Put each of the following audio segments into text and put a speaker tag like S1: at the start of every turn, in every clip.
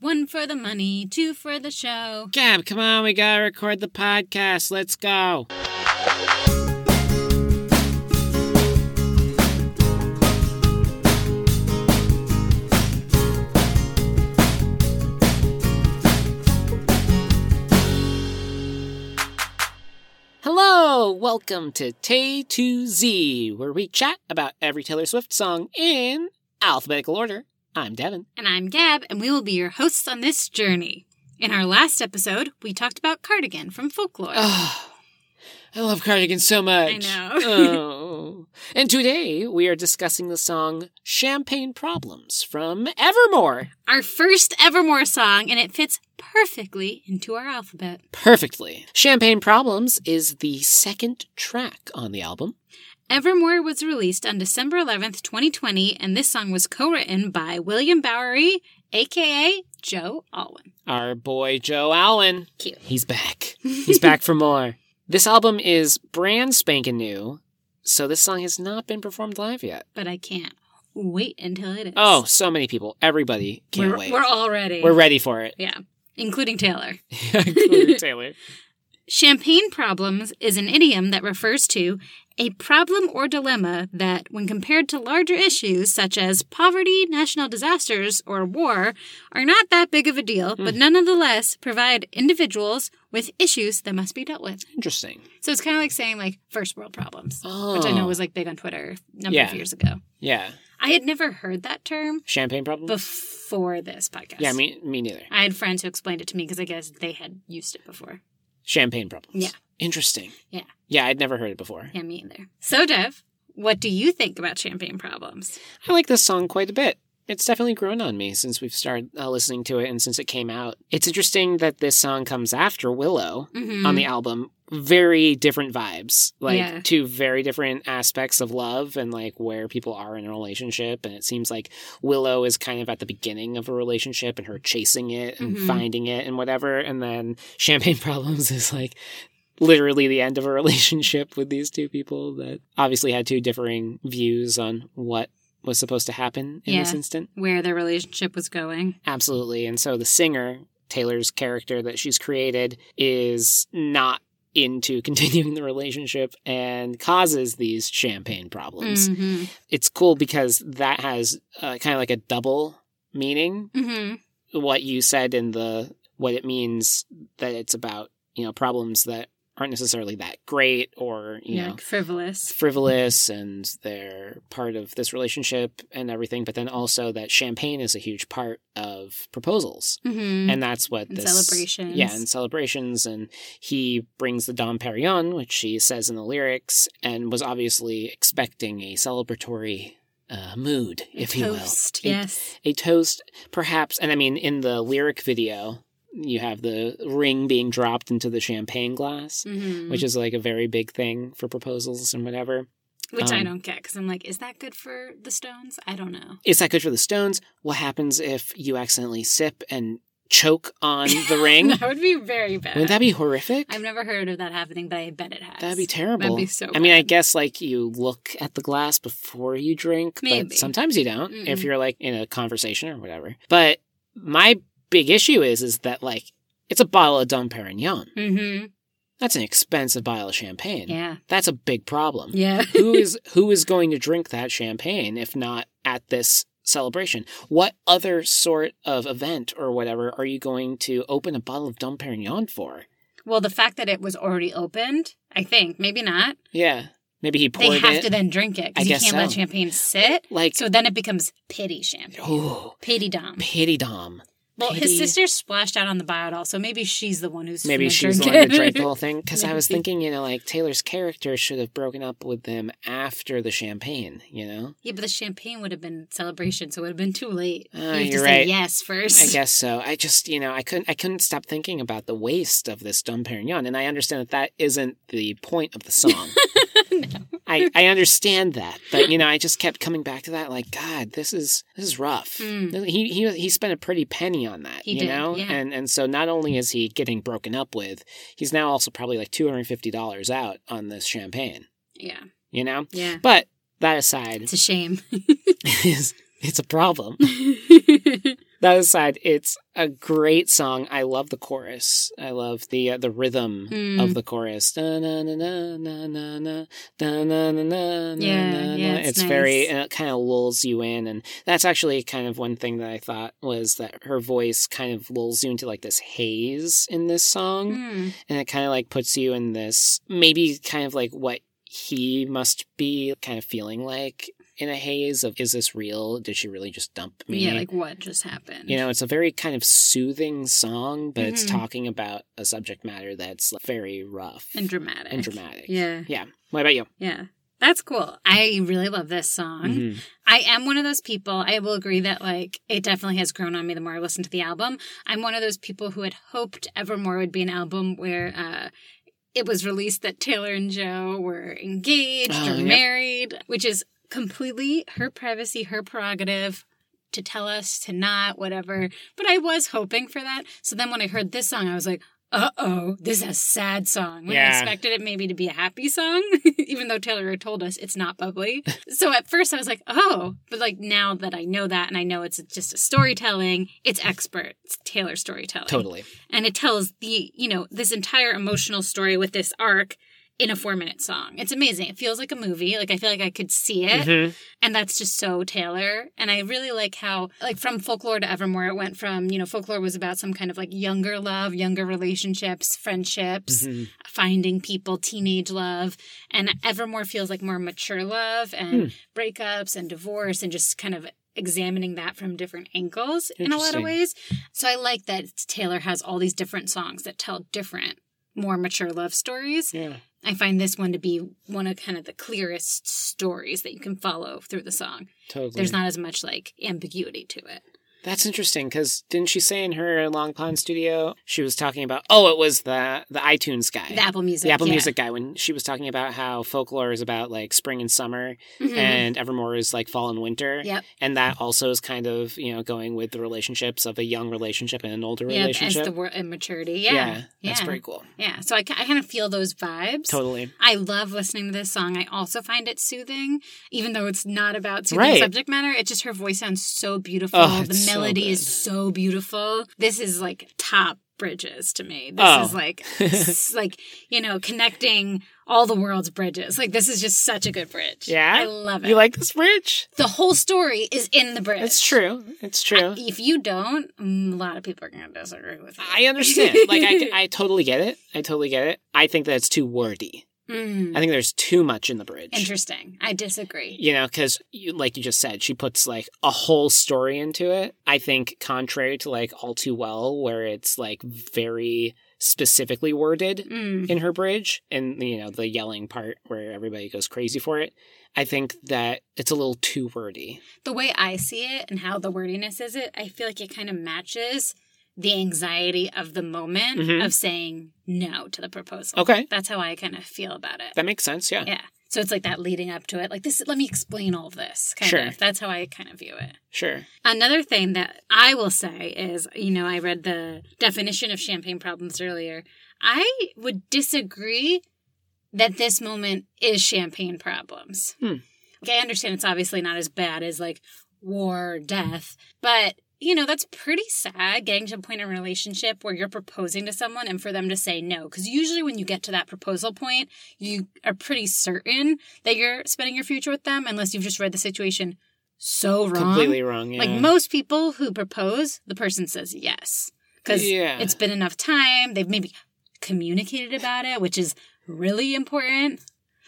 S1: One for the money, two for the show.
S2: Gab, come on, we gotta record the podcast. Let's go. Hello, welcome to Tay to Z, where we chat about every Taylor Swift song in alphabetical order. I'm Devin.
S1: And I'm Gab, and we will be your hosts on this journey. In our last episode, we talked about Cardigan from Folklore.
S2: Oh, I love Cardigan so much.
S1: I know.
S2: oh. And today we are discussing the song Champagne Problems from Evermore.
S1: Our first Evermore song, and it fits perfectly into our alphabet.
S2: Perfectly. Champagne Problems is the second track on the album.
S1: Evermore was released on December 11th, 2020, and this song was co written by William Bowery, aka Joe Alwyn.
S2: Our boy Joe Allen.
S1: Cute.
S2: He's back. He's back for more. This album is brand spanking new, so this song has not been performed live yet.
S1: But I can't wait until it is.
S2: Oh, so many people. Everybody can't
S1: we're,
S2: wait.
S1: We're all ready.
S2: We're ready for it.
S1: yeah, including Taylor.
S2: Including Taylor.
S1: Champagne problems is an idiom that refers to a problem or dilemma that, when compared to larger issues such as poverty, national disasters, or war, are not that big of a deal,
S2: Hmm.
S1: but nonetheless provide individuals with issues that must be dealt with.
S2: Interesting.
S1: So it's kind of like saying, like, first world problems,
S2: Oh.
S1: which I know was like big on Twitter a number
S2: Yeah.
S1: of years ago.
S2: Yeah.
S1: I had never heard that term
S2: Champagne problem?
S1: before this podcast.
S2: Yeah, me me neither.
S1: I had friends who explained it to me because I guess they had used it before.
S2: Champagne problems.
S1: Yeah.
S2: Interesting.
S1: Yeah.
S2: Yeah, I'd never heard it before.
S1: Yeah, me either. So, Dev, what do you think about champagne problems?
S2: I like this song quite a bit. It's definitely grown on me since we've started uh, listening to it and since it came out. It's interesting that this song comes after Willow
S1: Mm-hmm.
S2: on the album. Very different vibes. Like
S1: Yeah.
S2: two very different aspects of love and like where people are in a relationship. And it seems like Willow is kind of at the beginning of a relationship and her chasing it and
S1: Mhm.
S2: finding it and whatever. And then Champagne Problems is like literally the end of a relationship with these two people that obviously had two differing views on what was supposed to happen in this
S1: Yeah.
S2: instant.
S1: where their relationship was going.
S2: Absolutely. And so the singer, Taylor's character that she's created, is not into continuing the relationship and causes these champagne problems.
S1: Mm-hmm.
S2: It's cool because that has uh, kind of like a double meaning
S1: Mm-hmm.
S2: what you said in the what it means that it's about you know problems that aren't necessarily that great or you
S1: Yeah,
S2: know
S1: like frivolous.
S2: frivolous and they're part of this relationship and everything but then also that champagne is a huge part of proposals
S1: Mm-hmm.
S2: and that's what
S1: And
S2: this
S1: celebrations.
S2: yeah and celebrations and he brings the dom perignon which he says in the lyrics and was obviously expecting a celebratory uh, mood if you will
S1: Toast,
S2: A
S1: yes.
S2: a toast, perhaps. And I mean, in the lyric video, you have the ring being dropped into the champagne glass,
S1: Mm-hmm.
S2: which is like a very big thing for proposals and whatever.
S1: Which I
S2: um,
S1: don't get because I'm like, is that good for the Stones? I don't know.
S2: Is that good for the Stones? What happens if you accidentally sip and choke on the ring?
S1: that would be very bad.
S2: Wouldn't that be horrific?
S1: I've never heard of that happening, but I bet it has.
S2: That'd be terrible.
S1: be so
S2: I mean, I
S1: bad.
S2: guess like you look at the glass before you drink,
S1: Maybe.
S2: but sometimes you don't if
S1: Mm-mm.
S2: you're like in a conversation or whatever. But my big issue is is that like it's a bottle of Dom Perignon.
S1: Mm-hmm.
S2: That's an expensive bottle of champagne.
S1: Yeah.
S2: That's a big problem.
S1: Yeah.
S2: who is who is going to drink that champagne if not at this celebration? What other sort of event or whatever are you going to open a bottle of Dom Perignon for?
S1: well, the fact that it was already opened, I think, maybe not.
S2: Yeah. Maybe he poured
S1: they have
S2: it.
S1: to then drink it
S2: I
S1: because you
S2: guess
S1: can't let
S2: so.
S1: champagne sit.
S2: like
S1: So then it becomes pity champagne.
S2: oh,
S1: Pity Dom.
S2: pity Dom.
S1: Well, his
S2: Pity-
S1: sister splashed out on the bottle, so maybe she's the one who's
S2: Maybe
S1: gonna
S2: she's the
S1: drink
S2: one who
S1: it.
S2: drank the whole thing. Because I was
S1: Maybe.
S2: thinking, you know, like Taylor's character should have broken up with them after the champagne. You know,
S1: Yeah, but the champagne would have been celebration, so it would have been too late.
S2: Ah,
S1: you have
S2: you're
S1: to
S2: right.
S1: say yes first.
S2: I guess so. I just, you know, I couldn't, I couldn't stop thinking about the waste of this Dom Perignon, and I understand that that isn't the point of the song. I, I understand that, but you know, I just kept coming back to that. Like, God, this is this is rough.
S1: Mm.
S2: He he he spent a pretty penny on that,
S1: He
S2: you
S1: did,
S2: know,
S1: yeah.
S2: and and so not only is he getting broken up with, he's now also probably like two hundred fifty dollars out on this champagne,
S1: Yeah,
S2: you know.
S1: yeah.
S2: But that aside,
S1: It's a shame.
S2: is it's a problem. that aside, it's a great song. I love the chorus. I love the uh, the rhythm
S1: Mm.
S2: of the chorus. Da, na, na, na, na, na, na, da, na, na, na, na,
S1: Yeah,
S2: na,
S1: yeah,
S2: na.
S1: it's
S2: It's very
S1: nice.
S2: and it kind of lulls you in, and that's actually kind of one thing that I thought was that her voice kind of lulls you into like this haze in this song
S1: Mm.
S2: and it kind of like puts you in this maybe kind of like what he must be kind of feeling like in a haze of is this real did she really just dump me
S1: Yeah, like what just happened?
S2: you know it's a very kind of soothing song but it's
S1: Mhm.
S2: talking about a subject matter that's like, very rough
S1: and dramatic.
S2: and dramatic
S1: Yeah,
S2: what about you
S1: yeah. That's cool. I really love this song.
S2: Mhm.
S1: I am one of those people. I will agree that like it definitely has grown on me the more I listen to the album. I'm one of those people who had hoped Evermore would be an album where uh it was released that Taylor and Joe were engaged
S2: Oh,
S1: or
S2: yeah.
S1: married, which is completely her privacy, her prerogative to tell us to not whatever. But I was hoping for that. So then when I heard this song, I was like, uh oh, this is a sad song. When I
S2: Yeah.
S1: expected it maybe to be a happy song, even though Taylor had told us it's not bubbly. so at first I was like, oh, but like now that I know that and I know it's just a storytelling, it's expert. It's Taylor storytelling.
S2: totally
S1: And it tells the, you know, this entire emotional story with this arc in a four minute song. It's amazing. It feels like a movie. Like I feel like I could see it.
S2: Mhm.
S1: And that's just so Taylor. And I really like how, like, from folklore to evermore, it went from, you know, folklore was about some kind of like younger love, younger relationships, friendships,
S2: Mhm.
S1: finding people, teenage love. And evermore feels like more mature love and
S2: Hmm.
S1: breakups and divorce and just kind of examining that from different angles in a lot of
S2: Interesting.
S1: ways. So I like that Taylor has all these different songs that tell different, more mature love stories.
S2: yeah
S1: I find this one to be one of kind of the clearest stories that you can follow through the song.
S2: totally
S1: There's not as much like ambiguity to it.
S2: That's interesting because didn't she say in her Long Pond studio she was talking about oh it was the the iTunes guy
S1: The Apple Music.
S2: the Apple
S1: yeah.
S2: Music guy when she was talking about how folklore is about like spring and summer
S1: Mhm.
S2: and Evermore is like fall and winter
S1: Yep.
S2: and that also is kind of you know going with the relationships of a young relationship and an older
S1: Yeah, as
S2: relationship
S1: the word immaturity. Yeah. Yeah.
S2: that's pretty cool
S1: Yeah. So I, ki- I kind of feel those vibes.
S2: totally
S1: I love listening to this song. I also find it soothing, even though it's not about soothing
S2: Right.
S1: subject matter. It's just her voice sounds so beautiful.
S2: Oh,
S1: the
S2: it's so
S1: melody is
S2: good.
S1: so beautiful. This is like top bridges to me. This
S2: Oh.
S1: is like s- like you know connecting all the world's bridges. Like this is just such a good bridge.
S2: Yeah?
S1: I love it.
S2: you like this bridge
S1: the whole story is in the bridge.
S2: it's true it's true
S1: If you don't, mm, a lot of people are going to disagree with you.
S2: I understand like I, I totally get it I totally get it I think that it's too wordy
S1: Mm,
S2: I think there's too much in the bridge
S1: interesting. I disagree.
S2: you know because you, like you just said she puts like a whole story into it i think contrary to like all too well where it's like very specifically worded
S1: Mm,
S2: in her bridge and you know the yelling part where everybody goes crazy for it i think that it's a little too wordy
S1: the way I see it and how the wordiness is it, I feel like it kind of matches the anxiety of the moment
S2: Mhm.
S1: of saying no to the proposal.
S2: okay
S1: That's how I kind of feel about it.
S2: that makes sense yeah,
S1: yeah. So it's like that leading up to it. Like this let me explain all of this. Kind
S2: Sure.
S1: of. That's how I kind of view it.
S2: sure
S1: Another thing that I will say is, you know, I read the definition of champagne problems earlier. I would disagree that this moment is champagne problems.
S2: Hmm.
S1: Like, I understand it's obviously not as bad as like war or death, but you know, that's pretty sad getting to a point in a relationship where you're proposing to someone and for them to say no. Because usually when you get to that proposal point, you are pretty certain that you're spending your future with them unless you've just read the situation so wrong.
S2: completely wrong yeah.
S1: Like most people who propose, the person says yes because
S2: Yeah.
S1: it's been enough time. They've maybe communicated about it, which is really important.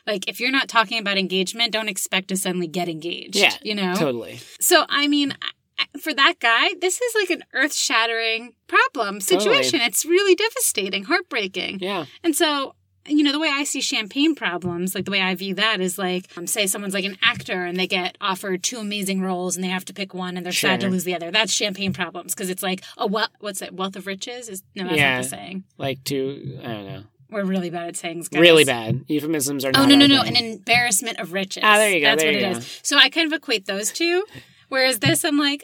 S1: Like if you're not talking about engagement, don't expect to suddenly get engaged.
S2: Yeah,
S1: you know.
S2: totally
S1: So I mean, I- I- for that guy, this is like an earth-shattering problem
S2: Totally.
S1: situation. It's really devastating, heartbreaking,
S2: yeah
S1: and so. You know, the way I see champagne problems, like the way I view that is like, um, say someone's like an actor and they get offered two amazing roles and they have to pick one and they're sad to
S2: Sure.
S1: lose the other. That's champagne problems because it's like a what? What's it? Wealth of riches is no, that's
S2: Yeah.
S1: not the saying.
S2: like too i don't know
S1: We're really bad at sayings. Guys.
S2: really bad euphemisms are not
S1: Oh no
S2: our
S1: no no!
S2: thing.
S1: An embarrassment of riches.
S2: Ah, there you go,
S1: That's
S2: there
S1: what it
S2: you
S1: is.
S2: go.
S1: So I kind of equate those two. Whereas this, I'm like,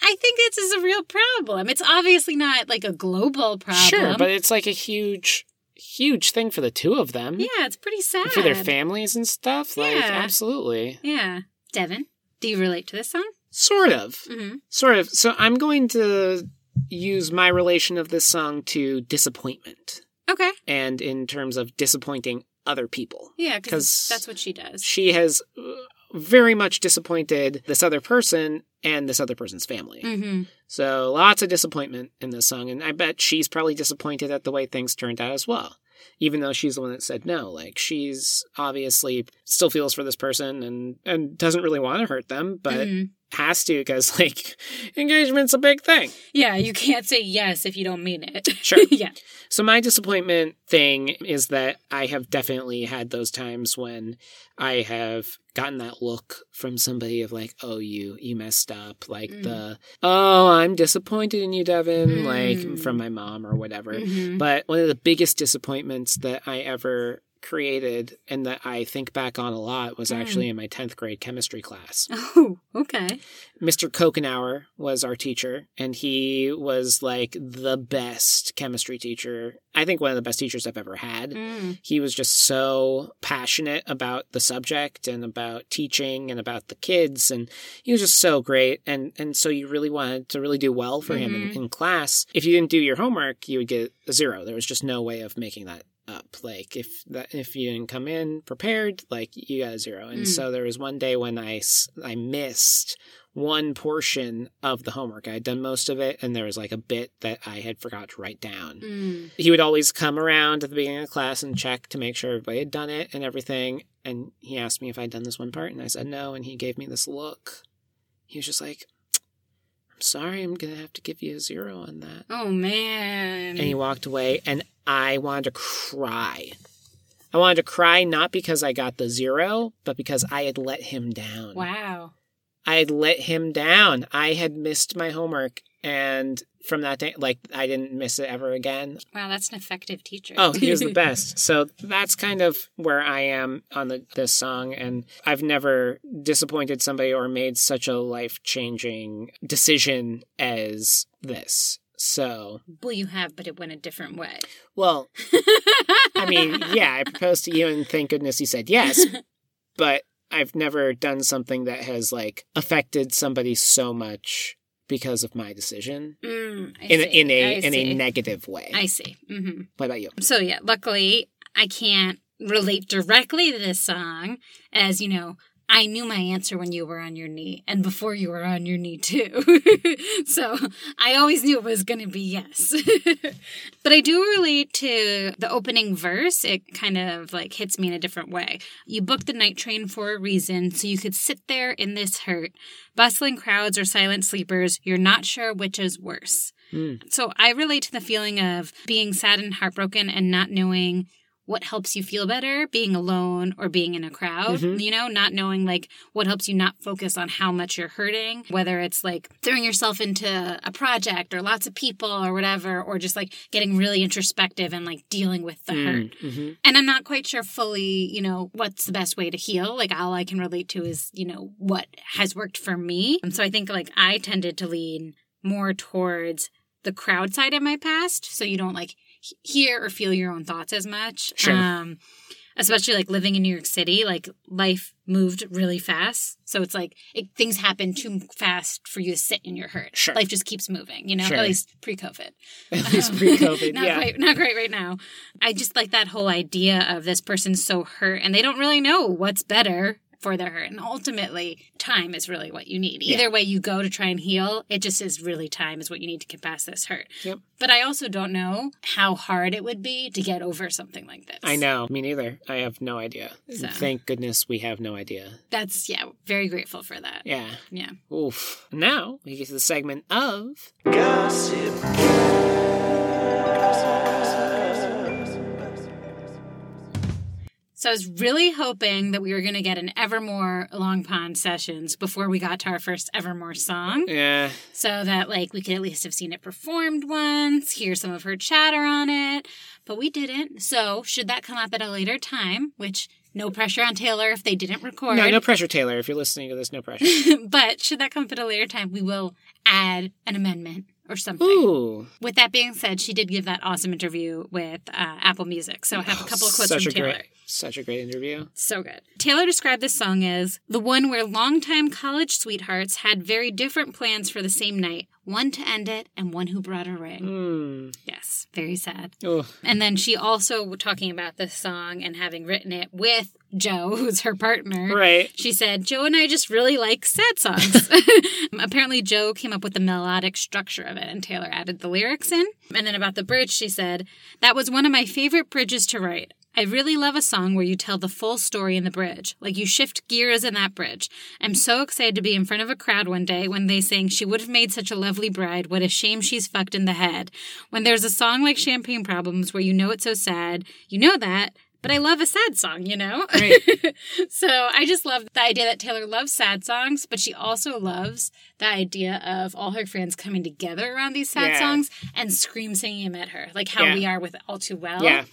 S1: I think this is a real problem. It's obviously not like a global problem.
S2: sure but it's like a huge huge thing for the two of them
S1: yeah, it's pretty sad
S2: for their families and stuff. Like,
S1: Yeah.
S2: absolutely.
S1: Yeah, Devin, do you relate to this song?
S2: Sort of.
S1: hmm
S2: Sort of. So I'm going to use my relation of this song to disappointment
S1: Okay.
S2: and in terms of disappointing other people.
S1: Yeah, because
S2: 'Cause-
S1: that's what she does.
S2: She has uh, very much disappointed this other person and this other person's family.
S1: hmm
S2: So lots of disappointment in this song, and I bet she's probably disappointed at the way things turned out as well. Even though she's the one that said no, like she's obviously still feels for this person and and doesn't really want to hurt them, but
S1: Mhm.
S2: has to because like engagement's a big thing.
S1: yeah, you can't say yes if you don't mean it.
S2: Sure.
S1: yeah.
S2: So my disappointment thing is that I have definitely had those times when I have gotten that look from somebody of like, "Oh, you you messed up." Like
S1: Mm.
S2: the, "Oh, I'm disappointed in you, Devin,"
S1: Mm.
S2: like from my mom or whatever.
S1: Mhm.
S2: But one of the biggest disappointments that I ever created and that I think back on a lot was
S1: Mm.
S2: actually in my 10th grade chemistry class.
S1: Oh, okay.
S2: Mr. Kokenauer was our teacher, and he was like the best chemistry teacher. I think one of the best teachers I've ever had.
S1: Mm.
S2: He was just so passionate about the subject and about teaching and about the kids and he was just so great and and so you really wanted to really do well for him
S1: Mhm.
S2: in, in class. If you didn't do your homework, you would get a zero. There was just no way of making that up. Like if that if you didn't come in prepared, like you got a zero. And
S1: Mm.
S2: so there was one day when I s- I missed one portion of the homework. I had done most of it and there was like a bit that I had forgot to write down
S1: Mm.
S2: he would always come around at the beginning of class and check to make sure everybody had done it and everything. And he asked me if I'd done this one part, and I said no. And he gave me this look. He was just like, "I'm sorry, I'm gonna have to give you a zero on that."
S1: Oh man.
S2: And he walked away, and I wanted to cry. I wanted to cry not because I got the zero, but because I had let him down.
S1: wow.
S2: I had let him down. I had missed my homework, and from that day, like I didn't miss it ever again.
S1: Wow, that's an effective teacher.
S2: Oh, he was the best. So that's kind of where I am on the, this song, and I've never disappointed somebody or made such a life changing decision as this. So,
S1: well, you have, but it went a different way.
S2: well, I mean, yeah, I proposed to you, and thank goodness you said yes. But I've never done something that has like affected somebody so much because of my decision
S1: Mm, I
S2: in a,
S1: see.
S2: in a
S1: I
S2: in
S1: see.
S2: a negative way.
S1: I see. hmm
S2: what about you?
S1: So yeah, luckily I can't relate directly to this song, as you know, I knew my answer when you were on your knee and before you were on your knee too. so I always knew it was going to be yes. but I do relate to the opening verse. It kind of like hits me in a different way. You booked the night train for a reason, so you could sit there in this hurt. Bustling crowds or silent sleepers, you're not sure which is worse.
S2: Hmm.
S1: So I relate to the feeling of being sad and heartbroken and not knowing what helps you feel better, being alone or being in a crowd,
S2: Mhm.
S1: you know, not knowing like what helps you not focus on how much you're hurting, whether it's like throwing yourself into a project or lots of people or whatever, or just like getting really introspective and like dealing with the hurt
S2: Mm-hmm.
S1: and I'm not quite sure fully, you know, what's the best way to heal. Like all I can relate to is, you know, what has worked for me. And so I think like I tended to lean more towards the crowd side in my past, so you don't like he- hear or feel your own thoughts as much.
S2: Sure.
S1: Um especially like living in New York City, like life moved really fast. So it's like it, things happen too fast for you to sit in your hurt.
S2: Sure.
S1: Life just keeps moving, you know,
S2: Sure.
S1: at least pre-COVID.
S2: At least
S1: Um,
S2: pre-COVID,
S1: not
S2: yeah.
S1: quite, not great right now. I just like that whole idea of this person's so hurt and they don't really know what's better for their hurt. And ultimately, time is really what you need.
S2: Yeah.
S1: Either way you go to try and heal, it just is really time is what you need to get past this hurt.
S2: Yep.
S1: But I also don't know how hard it would be to get over something like this.
S2: I know. Me neither. I have no idea.
S1: So.
S2: Thank goodness we have no idea.
S1: That's yeah, very grateful for that.
S2: Yeah.
S1: Yeah.
S2: Oof. Now we get to the segment of
S3: Gossip.
S1: So I was really hoping that we were going to get an Evermore Long Pond sessions before we got to our first Evermore song.
S2: yeah.
S1: so that like we could at least have seen it performed once, hear some of her chatter on it, but we didn't. So should that come up at a later time, which no pressure on Taylor if they didn't record,
S2: No, no pressure, Taylor. If you're listening to this, no pressure.
S1: but should that come up at a later time, we will add an amendment or something.
S2: Ooh.
S1: With that being said, she did give that awesome interview with uh, Apple Music. So I have a couple of quotes
S2: Oh, such
S1: from
S2: a
S1: Taylor.
S2: great such a great interview.
S1: So good. Taylor described this song as the one where longtime college sweethearts had very different plans for the same night one to end it and one who brought a ring.
S2: Mm.
S1: Yes, very sad.
S2: Oh,
S1: And then she also talking about this song and having written it with Joe, who's her partner.
S2: right.
S1: She said, Joe and I just really like sad songs. Apparently, Joe came up with the melodic structure of it, and Taylor added the lyrics in. And then about the bridge, she said, That was one of my favorite bridges to write. I really love a song where you tell the full story in the bridge, like you shift gears in that bridge. I'm so excited to be in front of a crowd one day when they sing, She would have made such a lovely bride. What a shame she's fucked in the head. When there's a song like Champagne Problems where you know it's so sad, you know that, but I love a sad song, you know? so I just love the idea that Taylor loves sad songs, but she also loves the idea of all her fans coming together around these sad
S2: Yeah.
S1: songs and scream singing them at her, like how
S2: Yeah.
S1: we are with All Too Well.
S2: Yeah.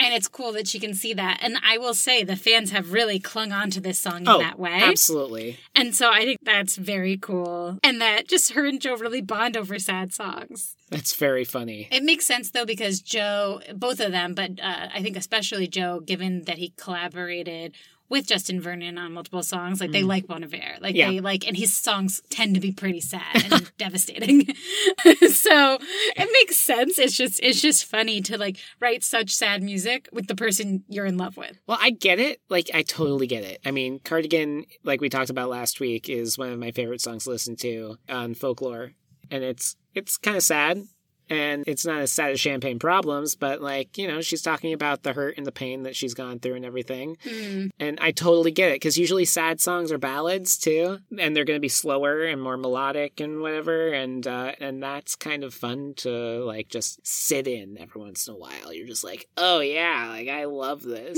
S1: And it's cool that she can see that. And I will say the fans have really clung on to this song in
S2: Oh,
S1: that way.
S2: absolutely.
S1: And so I think that's very cool. And that just her and Joe really bond over sad songs.
S2: That's very funny.
S1: It makes sense though because Joe, both of them, but uh, I think especially Joe, given that he collaborated with Justin Vernon on multiple songs, like they like Bon Iver, like
S2: Mm. Yeah.
S1: they like, and his songs tend to be pretty sad and devastating. so it makes sense. It's just it's just funny to like write such sad music with the person you're in love with.
S2: Well, I get it. Like, I totally get it. I mean, Cardigan, like we talked about last week, is one of my favorite songs to listen to on folklore. And it's it's kind of sad. And it's not as sad as Champagne Problems, but like, you know, she's talking about the hurt and the pain that she's gone through and everything. And I totally get it because usually sad songs are ballads too, and they're going to be slower and more melodic and whatever, and uh, and that's kind of fun to like just sit in every once in a while. You're just like, oh yeah, like I love this.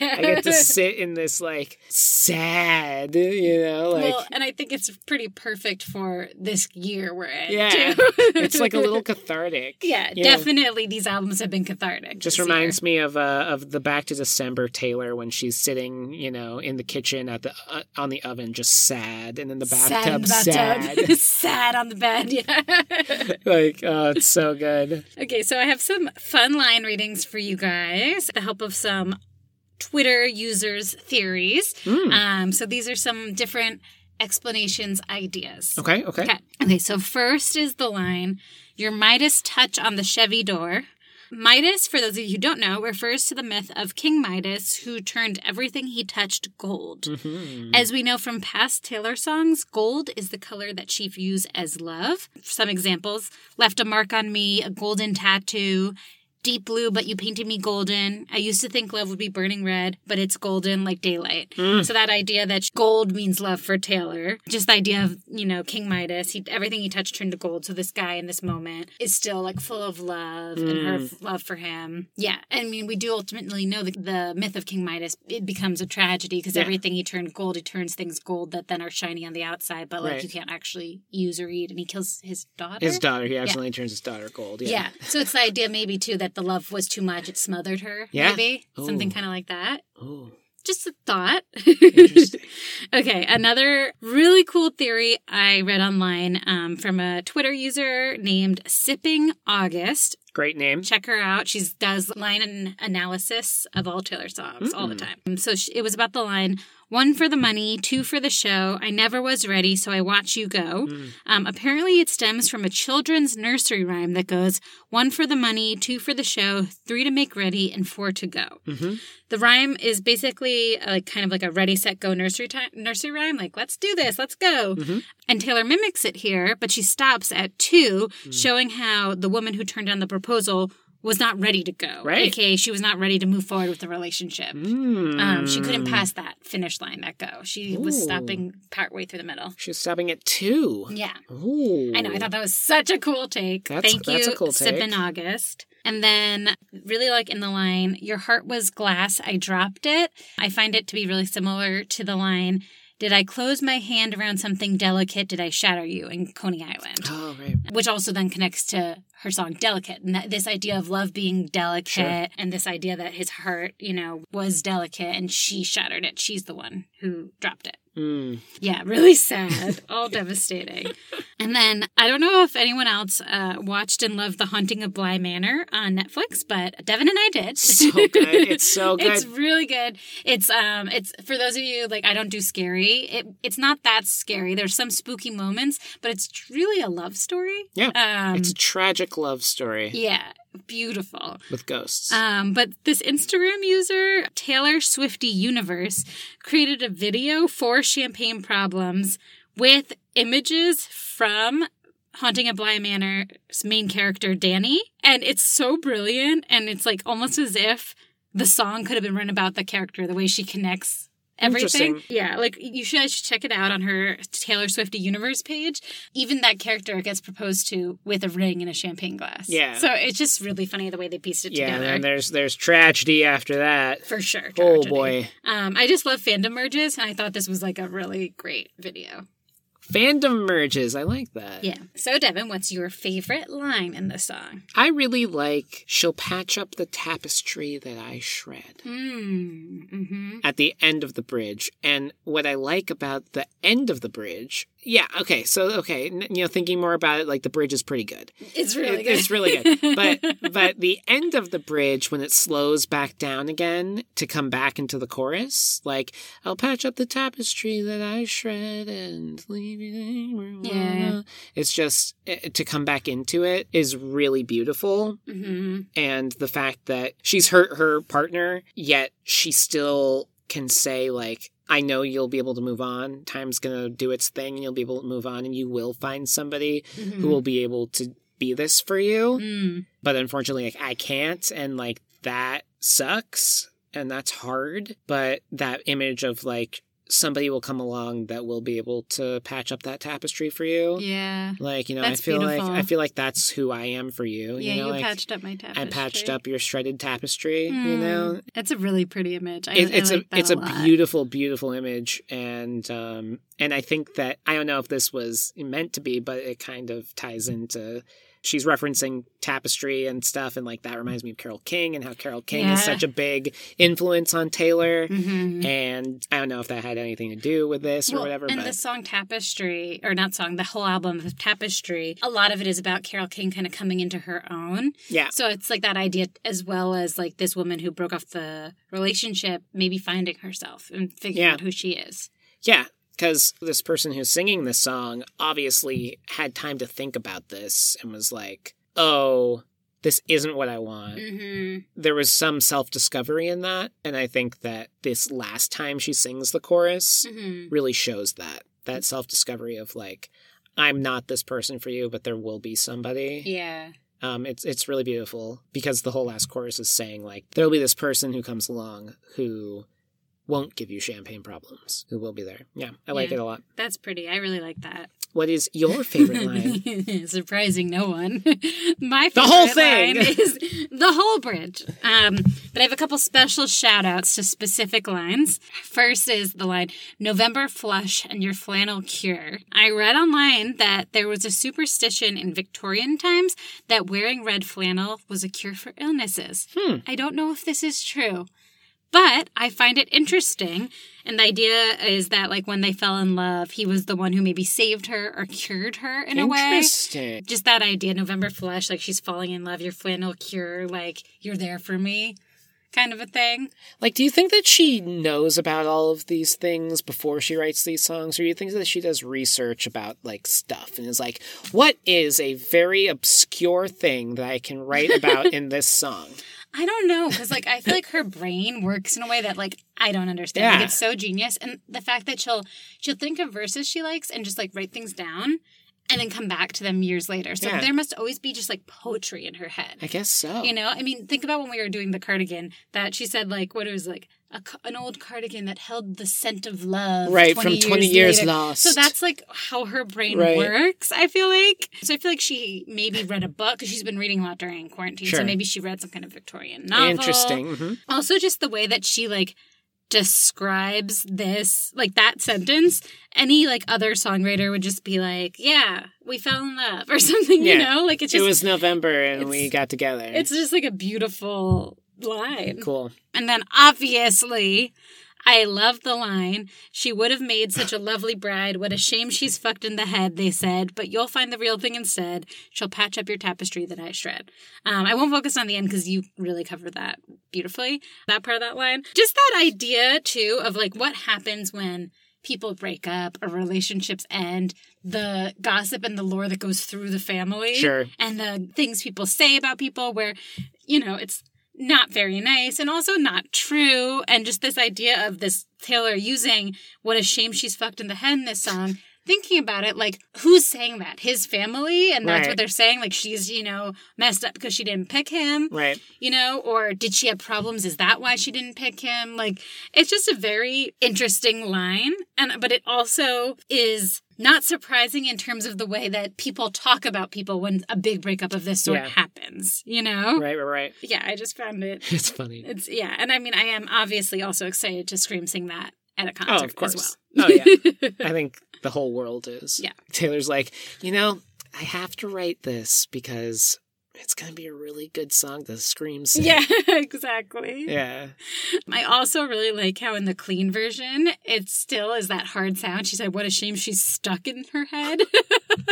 S2: I get to sit in this like sad, you know, like
S1: well, and I think it's pretty perfect for this year we're in.
S2: Yeah.
S1: too.
S2: it's like a little cathartic.
S1: Yeah,
S2: you know?
S1: definitely these albums have been cathartic.
S2: Just
S1: this
S2: reminds me of uh, of the Back to December Taylor when she's sitting, you know, in the kitchen at the uh, on the oven, just sad, and in the
S1: year.
S2: bathtub,
S1: Sad, in the
S2: sad.
S1: bathtub. sad on the bed. Yeah.
S2: like, oh, it's so good.
S1: okay, so I have some fun line readings for you guys. with The help of some Twitter users' theories.
S2: Hmm.
S1: Um, so these are some different explanations, ideas.
S2: Okay, okay.
S1: Okay. Okay. So first is the line, "Your Midas touch on the Chevy door." Midas, for those of you who don't know, refers to the myth of King Midas, who turned everything he touched gold.
S2: Hmm.
S1: As we know from past Taylor songs, gold is the color that she views as love. Some examples left a mark on me, a golden tattoo, deep blue, but you painted me golden. I used to think love would be burning red, but it's golden like daylight. So that idea that gold means love for Taylor, just the idea of, you know, King Midas, he, everything he touched turned to gold. So this guy in this moment is still like full of love and her
S2: Mm.
S1: f- love for him. Yeah. I mean, we do ultimately know that the myth of King Midas, it becomes a tragedy because
S2: Yeah.
S1: everything he turned gold, he turns things gold that then are shiny on the outside, but like
S2: Right.
S1: you can't actually use or eat. And he kills his daughter.
S2: His daughter, he accidentally turns his daughter gold. Yeah.
S1: Yeah. So it's the idea maybe too that the love was too much. It smothered her.
S2: Yeah.
S1: Maybe something
S2: Ooh.
S1: kind of like that.
S2: Ooh,
S1: Just a thought.
S2: interesting.
S1: okay. Another really cool theory I read online um, from a Twitter user named Sipping August.
S2: Great name.
S1: Check her out. She does line an- analysis of all Taylor songs all the time. Um, So she, it was about the line one for the money, two for the show. I never was ready, so I watch you go. Um, apparently, it stems from a children's nursery rhyme that goes one for the money, two for the show, three to make ready, and four to go. The rhyme is basically uh, like kind of like a ready, set, go nursery time, nursery rhyme. Like, let's do this, let's go.
S2: Mm-hmm.
S1: And Taylor mimics it here, but she stops at 2
S2: Mm.
S1: showing how the woman who turned down the proposal was not ready to go.
S2: Right. Mm.
S1: AKA, she was not ready to move forward with the relationship.
S2: Mm-hmm.
S1: Um,
S2: Hmm.
S1: she couldn't pass that finish line, that go. She was
S2: Ooh.
S1: stopping partway through the middle.
S2: She's stopping at two.
S1: Yeah.
S2: Ooh.
S1: I know. I thought that was such a cool take.
S2: That's-
S1: Thank
S2: that's
S1: you,
S2: a cool
S1: Sip
S2: take.
S1: in August. And then, really like in the line, your heart was glass, I dropped it. I find it to be really similar to the line, did I close my hand around something delicate? Did I shatter you in Coney Island?
S2: Oh, right.
S1: Which also then connects to her song Delicate. And that this idea of love being delicate
S2: Sure.
S1: and this idea that his heart, you know, was delicate and she shattered it. She's the one who dropped it.
S2: Mm.
S1: Yeah, really sad. All devastating. And then I don't know if anyone else uh, watched and loved The Haunting of Bly Manor on Netflix, but Devin and I did.
S2: So good. It's so good.
S1: It's really good. It's um it's for those of you like I don't do scary. It it's not that scary. There's some spooky moments, but it's really a love story.
S2: Yeah.
S1: Um
S2: it's a tragic love story
S1: yeah, beautiful.
S2: with ghosts.
S1: Um, but this Instagram user, Taylor Swifty Universe, created a video for Champagne Problems with images from Haunting of Bly Manor's main character, Danny. And it's so brilliant. And it's like almost as if the song could have been written about the character, the way she connects everything.
S2: Interesting.
S1: Yeah, like you should, I should check it out on her Taylor Swifty Universe page. Even that character gets proposed to with a ring and a champagne glass.
S2: Yeah.
S1: So it's just really funny the way they pieced it
S2: yeah,
S1: together.
S2: and there's there's tragedy after that.
S1: For sure.
S2: Oh
S1: tragedy.
S2: boy.
S1: Um, I just love fandom merges, and I thought this was like a really great video.
S2: Fandom merges. I like that.
S1: Yeah. So, Devin, what's your favorite line in the song?
S2: I really like she'll patch up the tapestry that I shred.
S1: Mm, mm-hmm.
S2: at the end of the bridge. And what I like about the end of the bridge, yeah, okay, so okay, n- you know, thinking more about it, like the bridge is pretty good.
S1: It's really
S2: It-
S1: good.
S2: It's really good. But but the end of the bridge when it slows back down again to come back into the chorus, like I'll patch up the tapestry that I shred and leave it. in-
S1: Yeah.
S2: It's just eh, to come back into it is really beautiful
S1: hmm
S2: and the fact that she's hurt her partner, yet she still can say, like, I know you'll be able to move on. Time's going to do its thing and you'll be able to move on and you will find somebody who will be able to be this for you.
S1: Mm.
S2: But unfortunately, like, I can't. And, like, that sucks and that's hard. But that image of, like, somebody will come along that will be able to patch up that tapestry for you.
S1: Yeah.
S2: Like, you know,
S1: That's
S2: I feel
S1: beautiful.
S2: like I feel like that's who I am for you.
S1: Yeah, you,
S2: know, like,
S1: patched up my tapestry. Hmm.
S2: I patched up your shredded tapestry.
S1: Mm.
S2: You know,
S1: It's a really pretty image. I,
S2: it,
S1: I
S2: it's
S1: like
S2: a
S1: that
S2: it's
S1: a,
S2: a,
S1: lot.
S2: beautiful, beautiful image, and um, and I think that I don't know if this was meant to be, but it kind of ties into. She's referencing tapestry and stuff, and like that reminds me of Carol King and how Carol King is
S1: Yeah.
S2: such a big influence on Taylor.
S1: Mhm.
S2: And I don't know if that had anything to do with this or
S1: Well,
S2: whatever,
S1: And
S2: but
S1: the song Tapestry, or not song, the whole album of Tapestry, a lot of it is about Carol King kind of coming into her own.
S2: yeah,
S1: So it's like that idea, as well as like this woman who broke off the relationship, maybe finding herself and figuring
S2: Yeah.
S1: out who she is.
S2: yeah. Because this person who's singing this song obviously had time to think about this and was like, oh, this isn't what I want.
S1: Mm-hmm.
S2: there was some self discovery in that. And I think that this last time she sings the chorus
S1: Mm-hmm.
S2: really shows that that self discovery of like, I'm not this person for you, but there will be somebody.
S1: Yeah.
S2: Um, it's it's really beautiful because the whole last chorus is saying like there'll be this person who comes along who won't give you champagne problems, who will be there. Yeah, I like
S1: Yeah.
S2: it a lot.
S1: That's pretty. I really like that.
S2: What is your favorite line?
S1: Surprising no one. My favorite
S2: The whole
S1: line
S2: thing.
S1: is the whole bridge. Um, but I have a couple special shout outs to specific lines. First is the line November flush and your flannel cure. I read online that there was a superstition in Victorian times that wearing red flannel was a cure for illnesses.
S2: Hmm.
S1: I don't know if this is true. But I find it interesting. And the idea is that, like, when they fell in love, he was the one who maybe saved her or cured her in a way.
S2: Interesting.
S1: Just that idea, November flush, like she's falling in love, your flannel cure, like you're there for me, kind of a thing.
S2: Like, do you think that she knows about all of these things before she writes these songs, or do you think that she does research about like stuff and is like, what is a very obscure thing that I can write about in this song?
S1: I don't know, because like I feel like her brain works in a way that like I don't understand.
S2: Yeah.
S1: Like it's so genius, and the fact that she'll she'll think of verses she likes and just like write things down, and then come back to them years later. So
S2: Yeah.
S1: there must always be just like poetry in her head.
S2: I guess so.
S1: You know, I mean, think about when we were doing the cardigan that she said, like, what it was like a, ca- an old cardigan that held the scent of love.
S2: right from twenty years,
S1: later.
S2: lost.
S1: So that's like how her brain
S2: Right.
S1: works, I feel like. So I feel like she maybe read a book because she's been reading a lot during quarantine.
S2: Sure.
S1: So maybe she read some kind of Victorian novel.
S2: interesting. Mhm.
S1: Also, just the way that she, like, describes this like that sentence any like other songwriter would just be like yeah we fell in love or something you
S2: Yeah.
S1: know like it's just
S2: it was November and we
S1: it's-
S2: got together.
S1: it's just like a beautiful line
S2: cool.
S1: and then obviously i love the line she would have made such a lovely bride what a shame she's fucked in the head they said but you'll find the real thing instead she'll patch up your tapestry that i shred um, i won't focus on the end because you really covered that beautifully that part of that line just that idea too of like what happens when people break up or relationships end the gossip and the lore that goes through the family
S2: Sure.
S1: and the things people say about people where you know it's not very nice and also not true and just this idea of this taylor using what a shame she's fucked in the head in this song thinking about it like who's saying that his family and that's what
S2: Right.
S1: they're saying like she's you know messed up because she didn't pick him
S2: Right.
S1: you know or did she have problems is that why she didn't pick him like it's just a very interesting line and but it also is not surprising in terms of the way that people talk about people when a big breakup of this sort
S2: Yeah.
S1: happens you know
S2: Right. Right. Right.
S1: yeah i just found it
S2: It's funny.
S1: it's yeah and i mean i am obviously also excited to scream sing that at a concert
S2: Oh, of course.
S1: as
S2: oh yeah.
S1: well
S2: I think the whole world is.
S1: Yeah.
S2: Taylor's like, you know, I have to write this because it's going to be a really good song to scream sing.
S1: yeah exactly
S2: Yeah.
S1: I also really like how in the clean version, it still is that hard sound. She said, What a shame she's stuck in her head.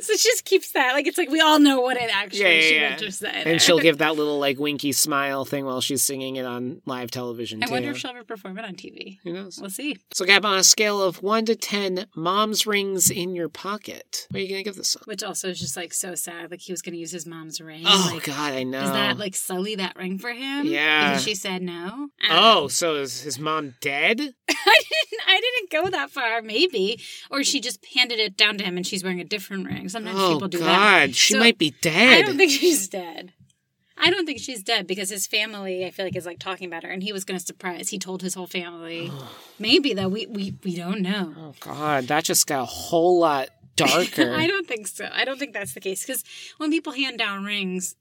S1: so she just keeps that. Like, it's like we all know what it actually
S2: Yeah, yeah,
S1: she
S2: yeah.
S1: would just say. there.
S2: And she'll give that little like winky smile thing while she's singing it on live television.
S1: I
S2: too.
S1: wonder if she'll ever perform it on TV.
S2: Who knows?
S1: We'll see.
S2: So, Gab, on a scale of one to ten, mom's rings in your pocket. What are you going to give this song?
S1: Which also is just like so sad. Like, he was going to use his mom's ring.
S2: Oh
S1: like,
S2: God, I know.
S1: Does that like sully that ring for him?
S2: Yeah.
S1: Because she said no. I don't
S2: Oh, so is his mom
S1: I
S2: dead?
S1: didn't I didn't go that far, maybe. Or she just handed it down to him and she's wearing a different ring. Sometimes
S2: oh
S1: people do
S2: God,
S1: that.
S2: she
S1: So,
S2: might be dead.
S1: I don't think she's dead. I don't think she's dead because his family, I feel like, is like talking about her, and he was going to surprise. He told his whole family. Maybe though, we we we don't know.
S2: oh God, that just got a whole lot darker.
S1: I don't think so. I don't think that's the case because when people hand down rings,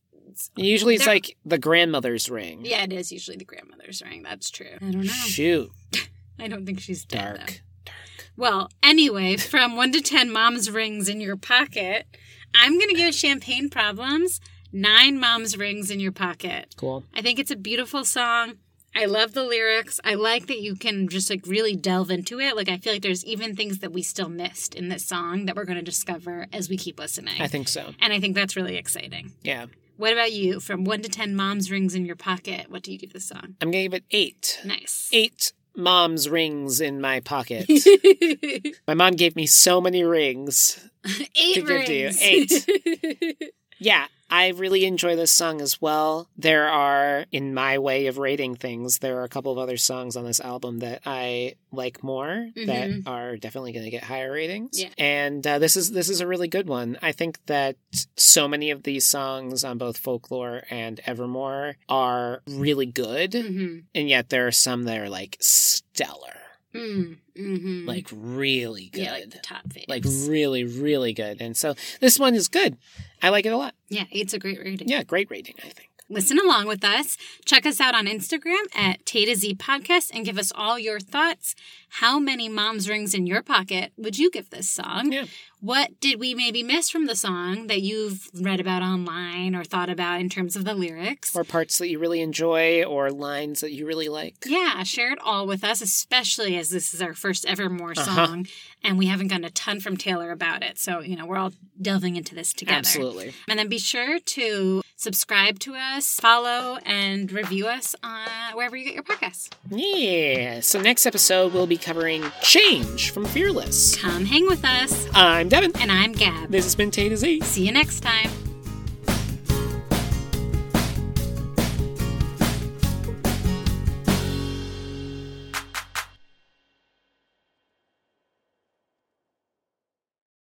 S2: Usually, it's
S1: They're-
S2: like the grandmother's ring.
S1: yeah, it is usually the grandmother's ring. That's true. I don't know.
S2: Shoot,
S1: I don't think she's dead. Though.
S2: dark.
S1: Well, anyway, from one to ten, mom's rings in your pocket. I'm gonna give champagne problems nine mom's rings in your pocket.
S2: Cool.
S1: I think it's a beautiful song. I love the lyrics. I like that you can just like really delve into it. Like I feel like there's even things that we still missed in this song that we're going to discover as we keep listening.
S2: I think so.
S1: and I think that's really exciting.
S2: Yeah,
S1: What about you? From 1 to 10 mom's rings in your pocket, what do you give this song?
S2: I'm gonna give it eight.
S1: Nice.
S2: Eight mom's rings in my pocket. my mom gave me so many rings.
S1: Eight
S2: give
S1: rings.
S2: to you. Yeah, I really enjoy this song as well. There are, in my way of rating things, there are a couple of other songs on this album that I like more
S1: Mhm.
S2: that are definitely going to get higher ratings.
S1: Yeah.
S2: And uh, this is this is a really good one. I think that so many of these songs on both Folklore and Evermore are really good,
S1: mm-hmm.
S2: and yet there are some that are like stellar,
S1: Mm-hmm.
S2: like really good.
S1: yeah, like the top faves.
S2: like really, really good. And so this one is good. I like it a lot.
S1: yeah, eight's a great rating.
S2: Yeah, great rating, I think.
S1: Listen along with us. Check us out on Instagram at Tay to Z Podcast and give us all your thoughts. How many mom's rings in your pocket would you give this song?
S2: Yeah.
S1: What did we maybe miss from the song that you've read about online or thought about in terms of the lyrics?
S2: or parts that you really enjoy or lines that you really like.
S1: yeah, share it all with us, especially as this is our first Evermore
S2: Uh-huh.
S1: song and we haven't gotten a ton from Taylor about it. So, you know, we're all delving into this together.
S2: Absolutely.
S1: And then be sure to subscribe to us, follow, and review us on wherever you get your podcasts.
S2: Yeah. So next episode we'll be covering Change from Fearless.
S1: Come hang with us.
S2: I'm Devin.
S1: And I'm Gab.
S2: This has been Tay to Z.
S1: See you next time.